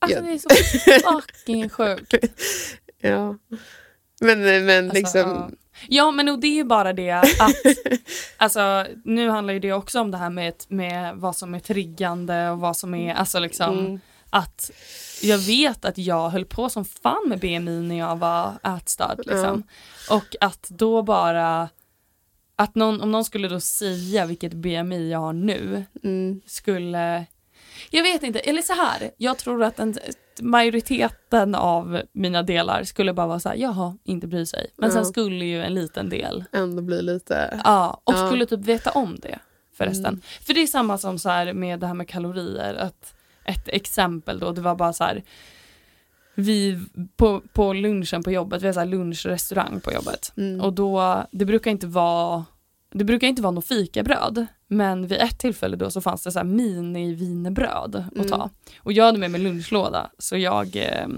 B: Alltså
A: Ja.
B: det är så fucking sjukt.
A: Ja. Men, men
B: Alltså, ja.
A: liksom...
B: Ja, men och det är ju bara det att... alltså, nu handlar ju det också om det här med, ett- med vad som är triggande och vad som är... Alltså liksom
A: Mm.
B: att jag vet att jag höll på som fan med BMI när jag var ätstörd. Liksom. Och att då bara... Att någon, om någon skulle då säga vilket BMI jag har nu
A: Mm.
B: skulle... Jag vet inte, eller så här. Jag tror att en, majoriteten av mina delar skulle bara vara så här, jaha, inte bry sig. Men sen
A: Ja.
B: skulle ju en liten del,
A: Ändå blir lite...
B: ja, och
A: Ja.
B: skulle typ veta om det förresten.
A: Mm.
B: För det är samma som så här med det här med kalorier, att ett exempel då, det var bara så här, vi på, på lunchen på jobbet, vi har så här lunchrestaurang på jobbet.
A: Mm.
B: Och då, det brukar inte vara det brukar inte vara något fikabröd, men vid ett tillfälle då så fanns det så här mini-vinerbröd att
A: Mm.
B: ta. Och jag hade med mig lunchlåda, så jag eh,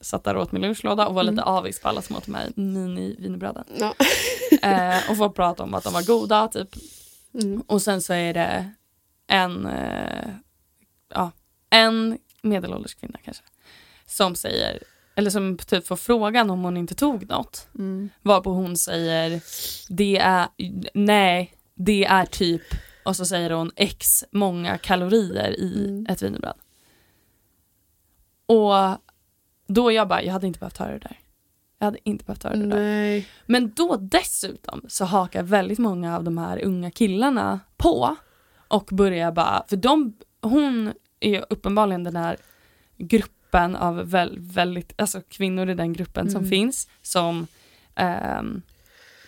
B: satt där och åt min lunchlåda och var lite avis på alla som åt de här mini-vinerbröden.
A: Ja.
B: Eh, och folk pratade om att de var goda, typ.
A: Mm.
B: Och sen så är det en, eh, ja, en medelålders kvinna kanske, som säger, eller som typ får frågan om hon inte tog något.
A: Mm.
B: Varpå hon säger, det är, nej, det är typ, och så säger hon x många kalorier i
A: Mm.
B: ett wienerbröd. Och då är jag bara, jag hade inte behövt höra det där. Jag hade inte behövt höra det där.
A: Mm, Nej.
B: Men då dessutom så hakar väldigt många av de här unga killarna på och börjar bara, för de, hon är ju uppenbarligen den här gruppen av väl, väldigt, alltså kvinnor i den gruppen som
A: Mm.
B: finns som ehm,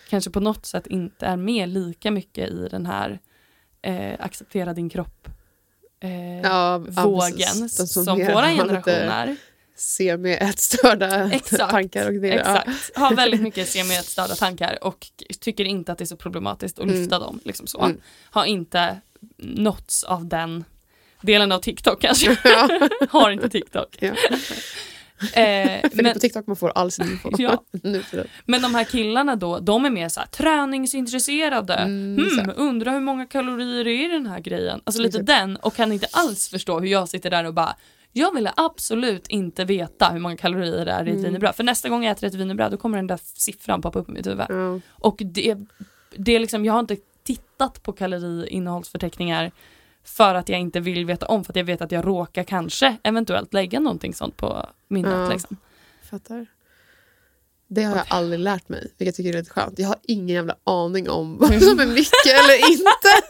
B: kanske på något sätt inte är med lika mycket i den här eh, acceptera din kropp eh,
A: Ja,
B: vågen som, våra generation är.
A: Se med ätstörda
B: Exakt,
A: tankar och idéer. Ja.
B: Exakt, har väldigt mycket semietstörda tankar och tycker inte att det är så problematiskt att lyfta dem. Liksom så.
A: Mm.
B: Har inte nåtts av den delen av TikTok kanske. har inte TikTok.
A: Ja.
B: Eh,
A: För det är
B: men,
A: på TikTok man får all sin info.
B: Ja.
A: nu för det.
B: men de här killarna då, de är mer så här träningsintresserade.
A: Mm,
B: Hmm,
A: exakt.
B: undrar hur många kalorier är i den här grejen? Alltså lite
A: Exakt.
B: den och kan inte alls förstå hur jag sitter där och bara jag ville absolut inte veta hur många kalorier det är i ett
A: Mm.
B: wienerbröd. För nästa gång jag äter ett wienerbröd då kommer den där siffran poppa upp i mitt huvud.
A: Ja.
B: Och det, det är liksom, jag har inte tittat på kaloriinnehållsförteckningar för att jag inte vill veta om, för att jag vet att jag råkar kanske eventuellt lägga någonting sånt på minnet.
A: Ja.
B: Liksom.
A: Fattar. Det har jag aldrig lärt mig, vilket jag tycker är lite skönt. Jag har ingen jävla aning om vad som är mycket eller inte.
B: Skönt!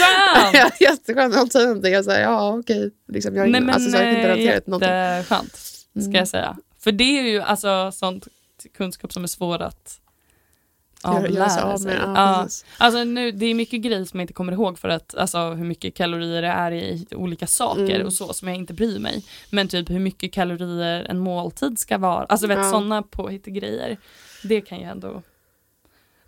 A: Ja. Jätteskönt att han säger någonting. Jag säger ja, okej. Liksom, jag, har ingen- alltså, så jag kan inte
B: eh,
A: relatera till någonting.
B: jätteskönt ska
A: Mm.
B: jag säga. För det är ju alltså sånt kunskap som är svår att
A: Gör- göra sig
B: avlära
A: av
B: sig.
A: med. Ja,
B: Ja.
A: precis.
B: Alltså nu, det är mycket grejer som jag inte kommer ihåg för att, alltså hur mycket kalorier det är i olika saker
A: Mm.
B: och så som jag inte bryr mig. Men typ hur mycket kalorier en måltid ska vara, alltså vet
A: Ja.
B: sådana påhittegrejer. Det kan jag ändå,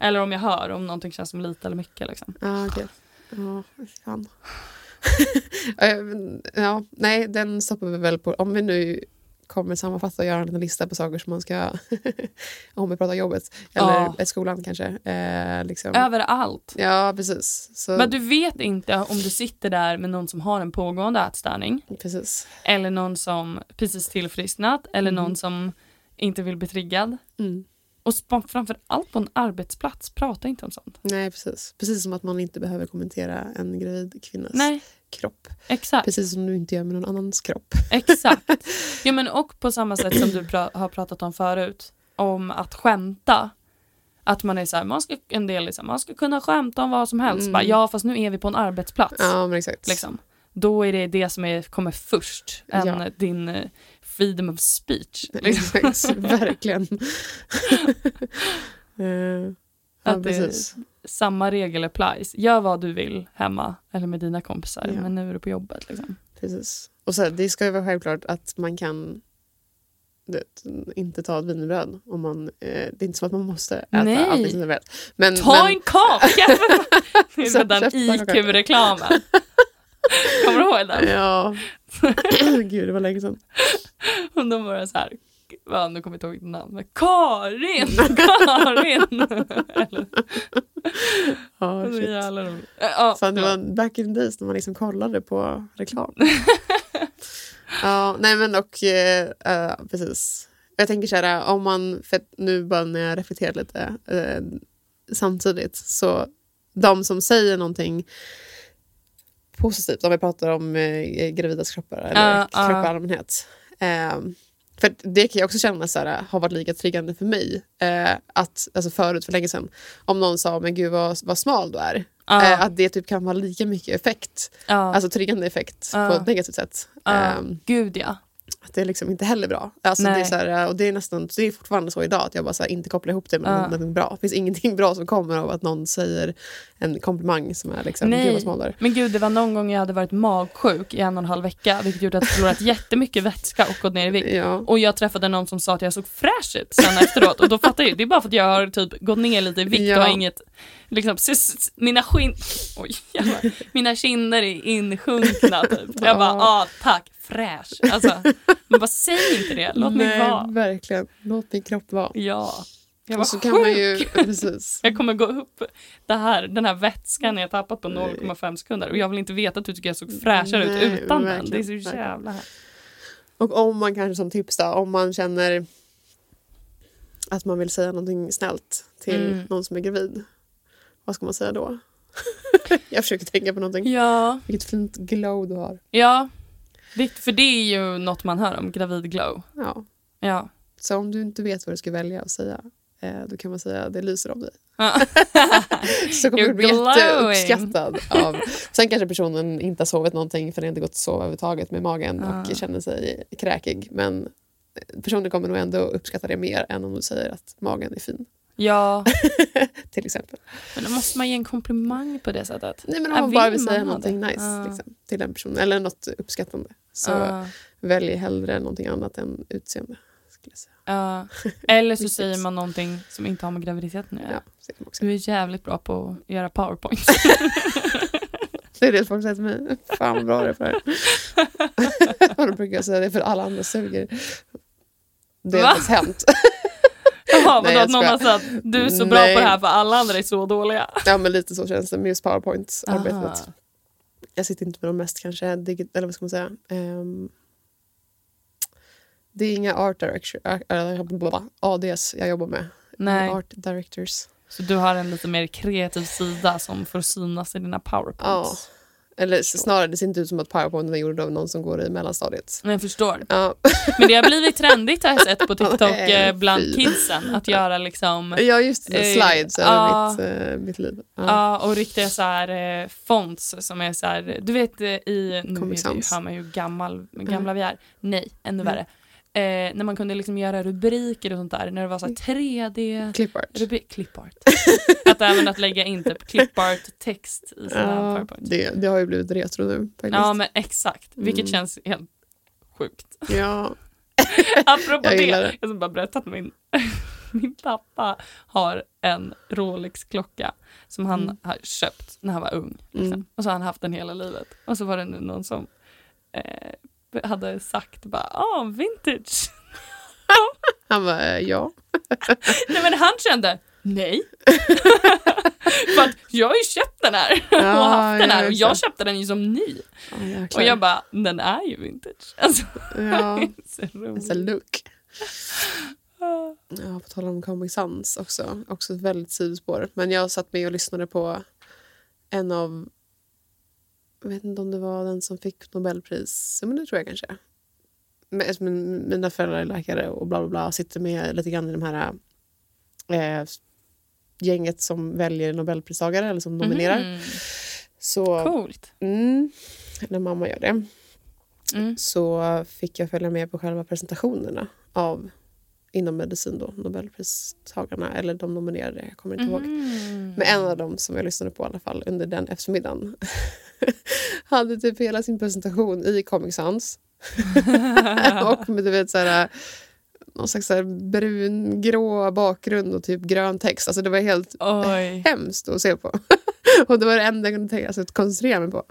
B: eller om jag hör om någonting känns som lite eller mycket liksom.
A: Ja, okej. Ja, fy fan. Eh, men, ja, nej, den stoppar vi väl på. Om vi nu kommer sammanfatta och göra en liten lista på saker som man ska... om vi pratar jobbet, eller
B: Ja.
A: skolan kanske. Eh, liksom.
B: Överallt.
A: Ja, precis. Så,
B: Men du vet inte om du sitter där med någon som har en pågående ätstörning
A: precis.
B: eller någon som precis tillfrisknat eller
A: Mm.
B: någon som inte vill bli triggad.
A: Mm.
B: Och sp- framför allt på en arbetsplats, prata inte om sånt.
A: Nej, precis. Precis som att man inte behöver kommentera en gravid kvinnas
B: Nej,
A: kropp.
B: exakt.
A: Precis som du inte gör med någon annans kropp.
B: Exakt. Ja, men och på samma sätt som du pra- har pratat om förut, om att skämta. Att man är så här, man ska, en del är så här, man ska kunna skämta om vad som helst.
A: Mm.
B: Bara, ja, fast nu är vi på en arbetsplats.
A: Ja, men exakt.
B: Liksom. Då är det det som är, kommer först än
A: Ja.
B: din eh, freedom of speech. Liksom.
A: Exakt, verkligen. Eh, ja,
B: Att det-
A: precis.
B: Samma regel applies. Gör vad du vill hemma eller med dina kompisar,
A: Ja. Mm,
B: men nu är du på jobbet. Liksom.
A: precis. Och så här, det ska ju vara självklart att man kan du vet, inte ta ett wienerbröd. Om man, eh, det är inte som att man måste äta
B: Nej.
A: allting som är bröd. Men,
B: Ta
A: men,
B: en kaka! Det är
A: Så
B: redan
A: köpte jag en kaka.
B: IQ-reklamen. Kommer du ihåg den?
A: Ja. Gud, det var länge sedan.
B: Och de var så här, ja, nu kommer jag inte ihåg namnet, men Karin! Karin! Eller,
A: Ja, Oh,
B: så
A: shit.
B: jävla roligt. Äh, ja,
A: Fan, det
B: förlåt.
A: var back in the days när man liksom kollade på reklam. ja, nej men och eh, eh, precis. Jag tänker så här, om man, för att nu bara när jag reflekterar lite eh, samtidigt, så de som säger någonting positivt, om vi pratar om eh, gravidas kroppar eller
B: Ja, ja.
A: kroppar i allmänhet. Eh, för det kan jag också känna så här, har varit lika triggande för mig. Eh, att, alltså förut, för länge sedan, om någon sa men gud vad, vad smal du är.
B: Ja.
A: Eh, att det typ kan ha lika mycket effekt,
B: ja.
A: alltså triggande effekt
B: Ja.
A: på ett negativt sätt.
B: ja.
A: Eh,
B: Gud ja.
A: att det är liksom inte heller bra. Alltså, det, är
B: Nej.
A: så här, eh, och det, är nästan, det är fortfarande så idag att jag bara så här, inte kopplar ihop det med
B: Ja.
A: något någonting bra. Det finns ingenting bra som kommer av att någon säger en komplimang som är liksom,
B: Nej.
A: gud vad smal du är.
B: Men gud, det var någon gång jag hade varit magsjuk i en och en halv vecka, vilket gjorde att jag förlorat jättemycket vätska och gått ner i vikt.
A: Ja.
B: Och jag träffade någon som sa att jag såg fräsch ut sen efteråt och då fattar jag ju, det är bara för att jag har typ gått ner lite i vikt
A: Ja.
B: och har inget, liksom, s- s- mina skinn, oj jävlar, mina kinder är insjunkna typ. Jag bara,
A: Ja.
B: ah tack, fräsch. Alltså, men bara säg inte det, låt mig
A: Nej,
B: vara.
A: verkligen. Låt min kropp vara.
B: Ja, jag var
A: Och så kan man
B: sjuk.
A: ju, precis.
B: Jag kommer gå upp det här, den här vätskan jag tappat på 0,5 sekunder och jag vill inte veta att du tycker jag såg fräschare
A: Nej,
B: ut utan den.
A: verkligen,
B: Det är så
A: verkligen.
B: jävla här.
A: Och om man kanske som tips då, om man känner att man vill säga någonting snällt till
B: Mm.
A: någon som är gravid, vad ska man säga då? jag försöker tänka på någonting.
B: Ja,
A: Vilket fint glow du har.
B: ja. Vikt, för det är ju något man hör om, gravid glow.
A: Ja.
B: Ja.
A: Så om du inte vet vad du ska välja att säga, eh, då kan man säga det lyser om dig.
B: Ja.
A: Så kommer
B: You're
A: du bli
B: glowing.
A: jätteuppskattad. Av. Sen kanske personen inte har sovit någonting för det har inte gått att sova överhuvudtaget med magen
B: Ja.
A: och känner sig kräkig. Men eh, personen kommer nog ändå uppskatta det mer än om du säger att magen är fin.
B: ja,
A: Till exempel.
B: men då måste man ge en komplimang på det sättet.
A: Nej, men om
B: Ja,
A: man bara
B: vill
A: vill säga
B: man ha
A: någonting
B: det?
A: nice
B: Ja.
A: liksom, till en person, eller något uppskattande, så
B: Ja,
A: välj hellre någonting annat än utseende. Skulle jag säga.
B: ja. Eller så
A: Mitt
B: säger
A: tips.
B: man någonting som inte har med graviditeten att
A: Ja.
B: göra.
A: så kan man också.
B: Du är jävligt bra på att göra powerpoint.
A: Det är det folk säger till mig. Fan vad bra det är på det här. Och då brukar jag säga det för alla andra suger. Det
B: Va?
A: har inte ens hänt.
B: Jaha,
A: Nej,
B: vadå
A: jag
B: att någon
A: skojar.
B: har sagt du är så bra
A: Nej.
B: på det här för alla andra är så dåliga.
A: Ja, men lite så känns det med just
B: Aha.
A: powerpoint-arbetet. Jag sitter inte med de mest kanske, digi- eller vad ska man säga? Ehm, det är inga art äh, directors, ADs jag jobbar med.
B: Nej.
A: Art directors.
B: Så du har en lite mer kreativ sida som får synas i dina
A: Ja.
B: powerpoints.
A: Eller snarare, det ser inte ut som att powerpoint var gjord av någon som går i mellanstadiet.
B: Men Jag förstår.
A: Ja,
B: Men det har blivit trendigt har jag sett på TikTok
A: Nej,
B: eh, bland
A: fy.
B: kidsen att göra liksom
A: ja just det.
B: Eh,
A: Slides över
B: ja.
A: mitt, eh, mitt liv. Ja.
B: Ja, och riktiga så här, eh, fonts som är så här, du vet eh, i, nu
A: Comic
B: är det ju-
A: Sans. Mm.
B: hör man ju hur gammal, gamla vi är, nej, ännu värre. Eh, när man kunde liksom göra rubriker och sånt där, när det var så här 3D,
A: Clipart.
B: Rubrik clipart. att även att lägga in typ clipart text i sina
A: Ja,
B: powerpoint.
A: det, det har ju blivit retro nu faktiskt.
B: Ja men exakt, vilket
A: Mm.
B: känns helt sjukt.
A: ja.
B: Apropå
A: Jag
B: det,
A: gillar det.
B: jag ska bara berätta att min, min pappa har en Rolex-klocka som han
A: Mm.
B: har köpt när han var ung. Liksom.
A: Mm.
B: Och så har han haft den hela livet. Och så var det nu någon som eh, hade sagt bara, ah vintage.
A: Han bara, eh, ja.
B: Nej men han kände, nej. För att jag har ju köpt den här och
A: Ja,
B: haft den
A: ja,
B: här och
A: just
B: jag
A: det.
B: köpte den ju som ny.
A: Ja, jäklar.
B: Och jag bara, den är ju vintage. Alltså,
A: ja.
B: så roligt.
A: Alltså look. Ja, på tal om Comic Sans också. Också ett väldigt sidospår. Men jag satt med och lyssnade på en av... Jag vet inte om det var den som fick Nobelpris. Ja, Men det tror jag kanske. Men, alltså, min- mina föräldrar är läkare och bla bla bla. Sitter med lite grann i de här eh, gänget som väljer Nobelpristagare eller som nominerar.
B: Mhm.
A: Så,
B: Coolt.
A: mm, när mamma gör det
B: Mm.
A: så fick jag följa med på själva presentationerna av inom medicin då, Nobelpristagarna eller de nominerade, jag kommer inte ihåg.
B: Mhm.
A: Men en av dem som jag lyssnade på i alla fall under den eftermiddagen hade typ hela sin presentation i Comic Sans. och med du vet så här någon slags så här brungrå bakgrund och typ grön text. Alltså det var helt
B: Oj.
A: hemskt att se på. och det var det enda jag kunde tänka, alltså, koncentrera mig på.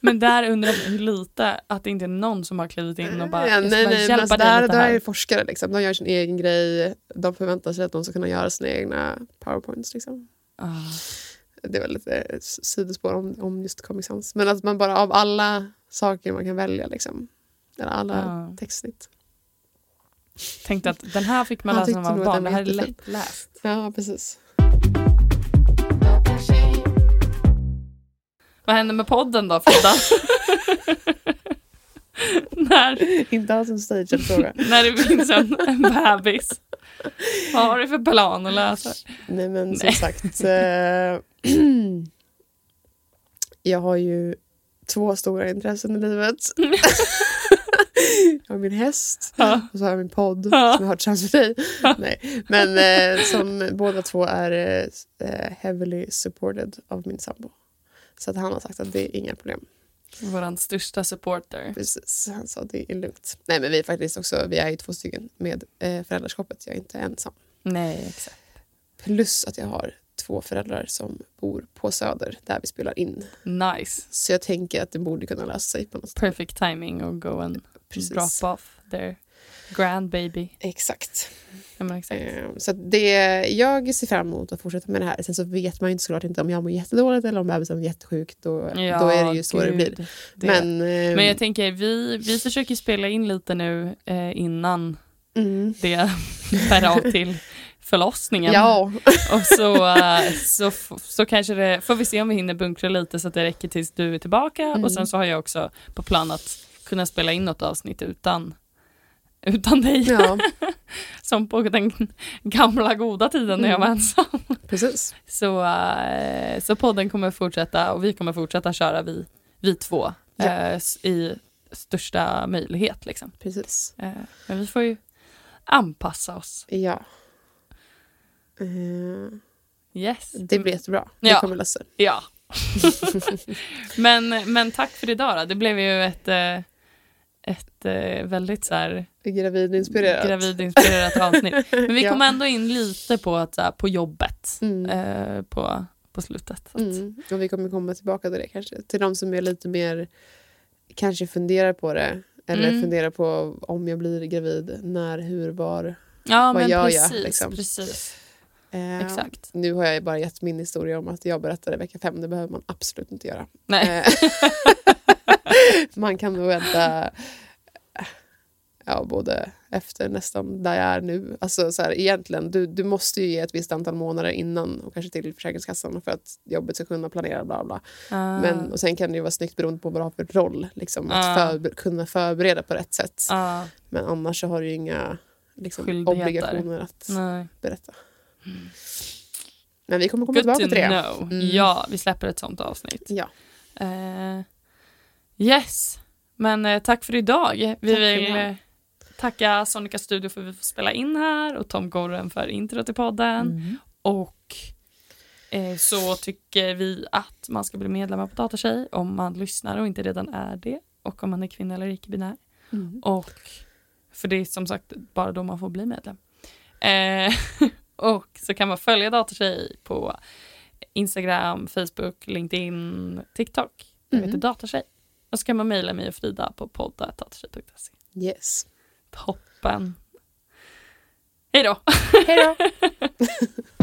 B: Men där undrar jag hur lite, att det inte är någon som har klivit in och bara,
A: Ja,
B: jag ska
A: nej,
B: bara
A: nej, men
B: hjälpa
A: alltså,
B: dig
A: där,
B: lite
A: där är det
B: här.
A: forskare. Liksom. De gör sin egen grej. De förväntar sig att de ska kunna göra sina egna powerpoints. Liksom.
B: Ah.
A: Det var lite eh, s- sidospår om, om just Comic Sans. Men att man bara av alla saker man kan välja, liksom. eller alla
B: Ja.
A: textsnitt.
B: Tänkte att den här fick man
A: Han
B: läsa när
A: tyckte
B: man var
A: nog att den
B: barn, det
A: var
B: här är
A: jättefin.
B: lättläst.
A: Ja, precis.
B: Vad händer med podden då Frida? när,
A: Inte alls en staged fråga.
B: när det finns en, en bebis. Vad har du för plan att lösa?
A: Nej, men som
B: Nej.
A: sagt. Eh, jag har ju två stora intressen i livet. jag har min häst
B: Ja.
A: och så har jag min podd som
B: Ja.
A: jag har tillsammans med dig. Nej. Men eh, som båda två är eh, heavily supported av min sambo. Så att han har sagt att det är inga problem.
B: Vår största supporter.
A: Precis. Han sa att det är lugnt. Nej men vi är faktiskt också, vi är ju två stycken med eh, föräldraskapet. Jag är inte ensam.
B: Nej, exakt.
A: Plus att jag har två föräldrar som bor på Söder där vi spelar in.
B: Nice.
A: Så jag tänker att det borde kunna lösa sig på något sätt.
B: Perfect timing och go and
A: Precis.
B: drop off their grand baby.
A: Exakt.
B: Ja, men exakt.
A: Eh, Så att det, jag ser fram emot att fortsätta med det här. Sen så vet man ju inte såklart inte om jag mår jättedåligt eller om bebisen är jättesjuk. Då,
B: Ja,
A: då är det ju så det
B: gud,
A: blir.
B: det-
A: Men, eh,
B: men jag tänker, vi, vi försöker spela in lite nu eh, innan
A: mm,
B: det bär av till förlossningen.
A: ja,
B: Och så, eh, så, f- så kanske det, får vi se om vi hinner bunkra lite så att det räcker tills du är tillbaka och
A: Mm.
B: sen så har jag också på plan att kunna spela in något avsnitt utan, utan dig.
A: ja,
B: Som på den gamla goda tiden när jag var
A: Mm.
B: ensam.
A: precis.
B: Så, eh, så podden kommer fortsätta och vi kommer fortsätta köra vi, vi två
A: Ja.
B: eh, s- i största möjlighet. Liksom.
A: precis.
B: Eh, men vi får ju anpassa oss.
A: Ja. Eh,
B: Yes.
A: Det blir jättebra.
B: Ja.
A: Det kommer lösa sig.
B: Ja. men, men tack för idag då. Det blev ju ett, eh, ett eh, väldigt så här
A: Gravidinspirerat.
B: gravidinspirerat avsnitt. Men vi
A: Ja.
B: kom ändå in lite på, att, så här, på jobbet
A: Mm.
B: eh, på, på slutet. Så att,
A: Mm. Och vi kommer komma tillbaka till det kanske. Till de som är lite mer kanske funderar på det. Eller
B: Mm.
A: funderar på om jag blir gravid, när, hur, var.
B: Ja,
A: Vad
B: men
A: gör jag,
B: precis.
A: liksom?
B: precis.
A: Eh,
B: Exakt.
A: Nu har jag ju bara gett min historia om att jag berättade vecka fem. Det behöver man absolut inte göra.
B: Nej.
A: Eh, man kan nog vänta ja, både efter nästan där jag är nu. Alltså, så här, egentligen, du, du måste ju ge ett visst antal månader innan och kanske till Försäkringskassan för att jobbet ska kunna planera. Bla bla.
B: Ah.
A: Men, och sen kan det ju vara snyggt beroende på vad du har för roll. Liksom, att
B: Ah.
A: förber- kunna förbereda på rätt sätt.
B: Ja,
A: Men annars så har du ju inga liksom,
B: Skyldigheter.
A: obligationer att
B: nej.
A: berätta. Men vi kommer komma
B: Good
A: tillbaka
B: to
A: till det.
B: know.
A: Mm.
B: Ja, vi släpper ett sånt avsnitt.
A: Ja.
B: Eh, yes, men eh, tack för idag. Vi
A: Tack för
B: vill
A: idag.
B: eh, tacka Sonica Studio för att vi får spela in här och Tom Gorren för intro till podden.
A: Mm.
B: Och eh, så tycker vi att man ska bli medlemmar på Datatjej om man lyssnar och inte redan är det och om man är kvinna eller icke-binär.
A: Mm.
B: Och, för det är som sagt bara då man får bli medlem. Eh, och så kan man följa Datatjej på Instagram, Facebook, LinkedIn, TikTok. Jag
A: Mm.
B: heter Datatjej. Och så kan man mejla mig och Frida på podda.datatjej.se.
A: Yes.
B: Toppen. Hej då!
A: Hej då!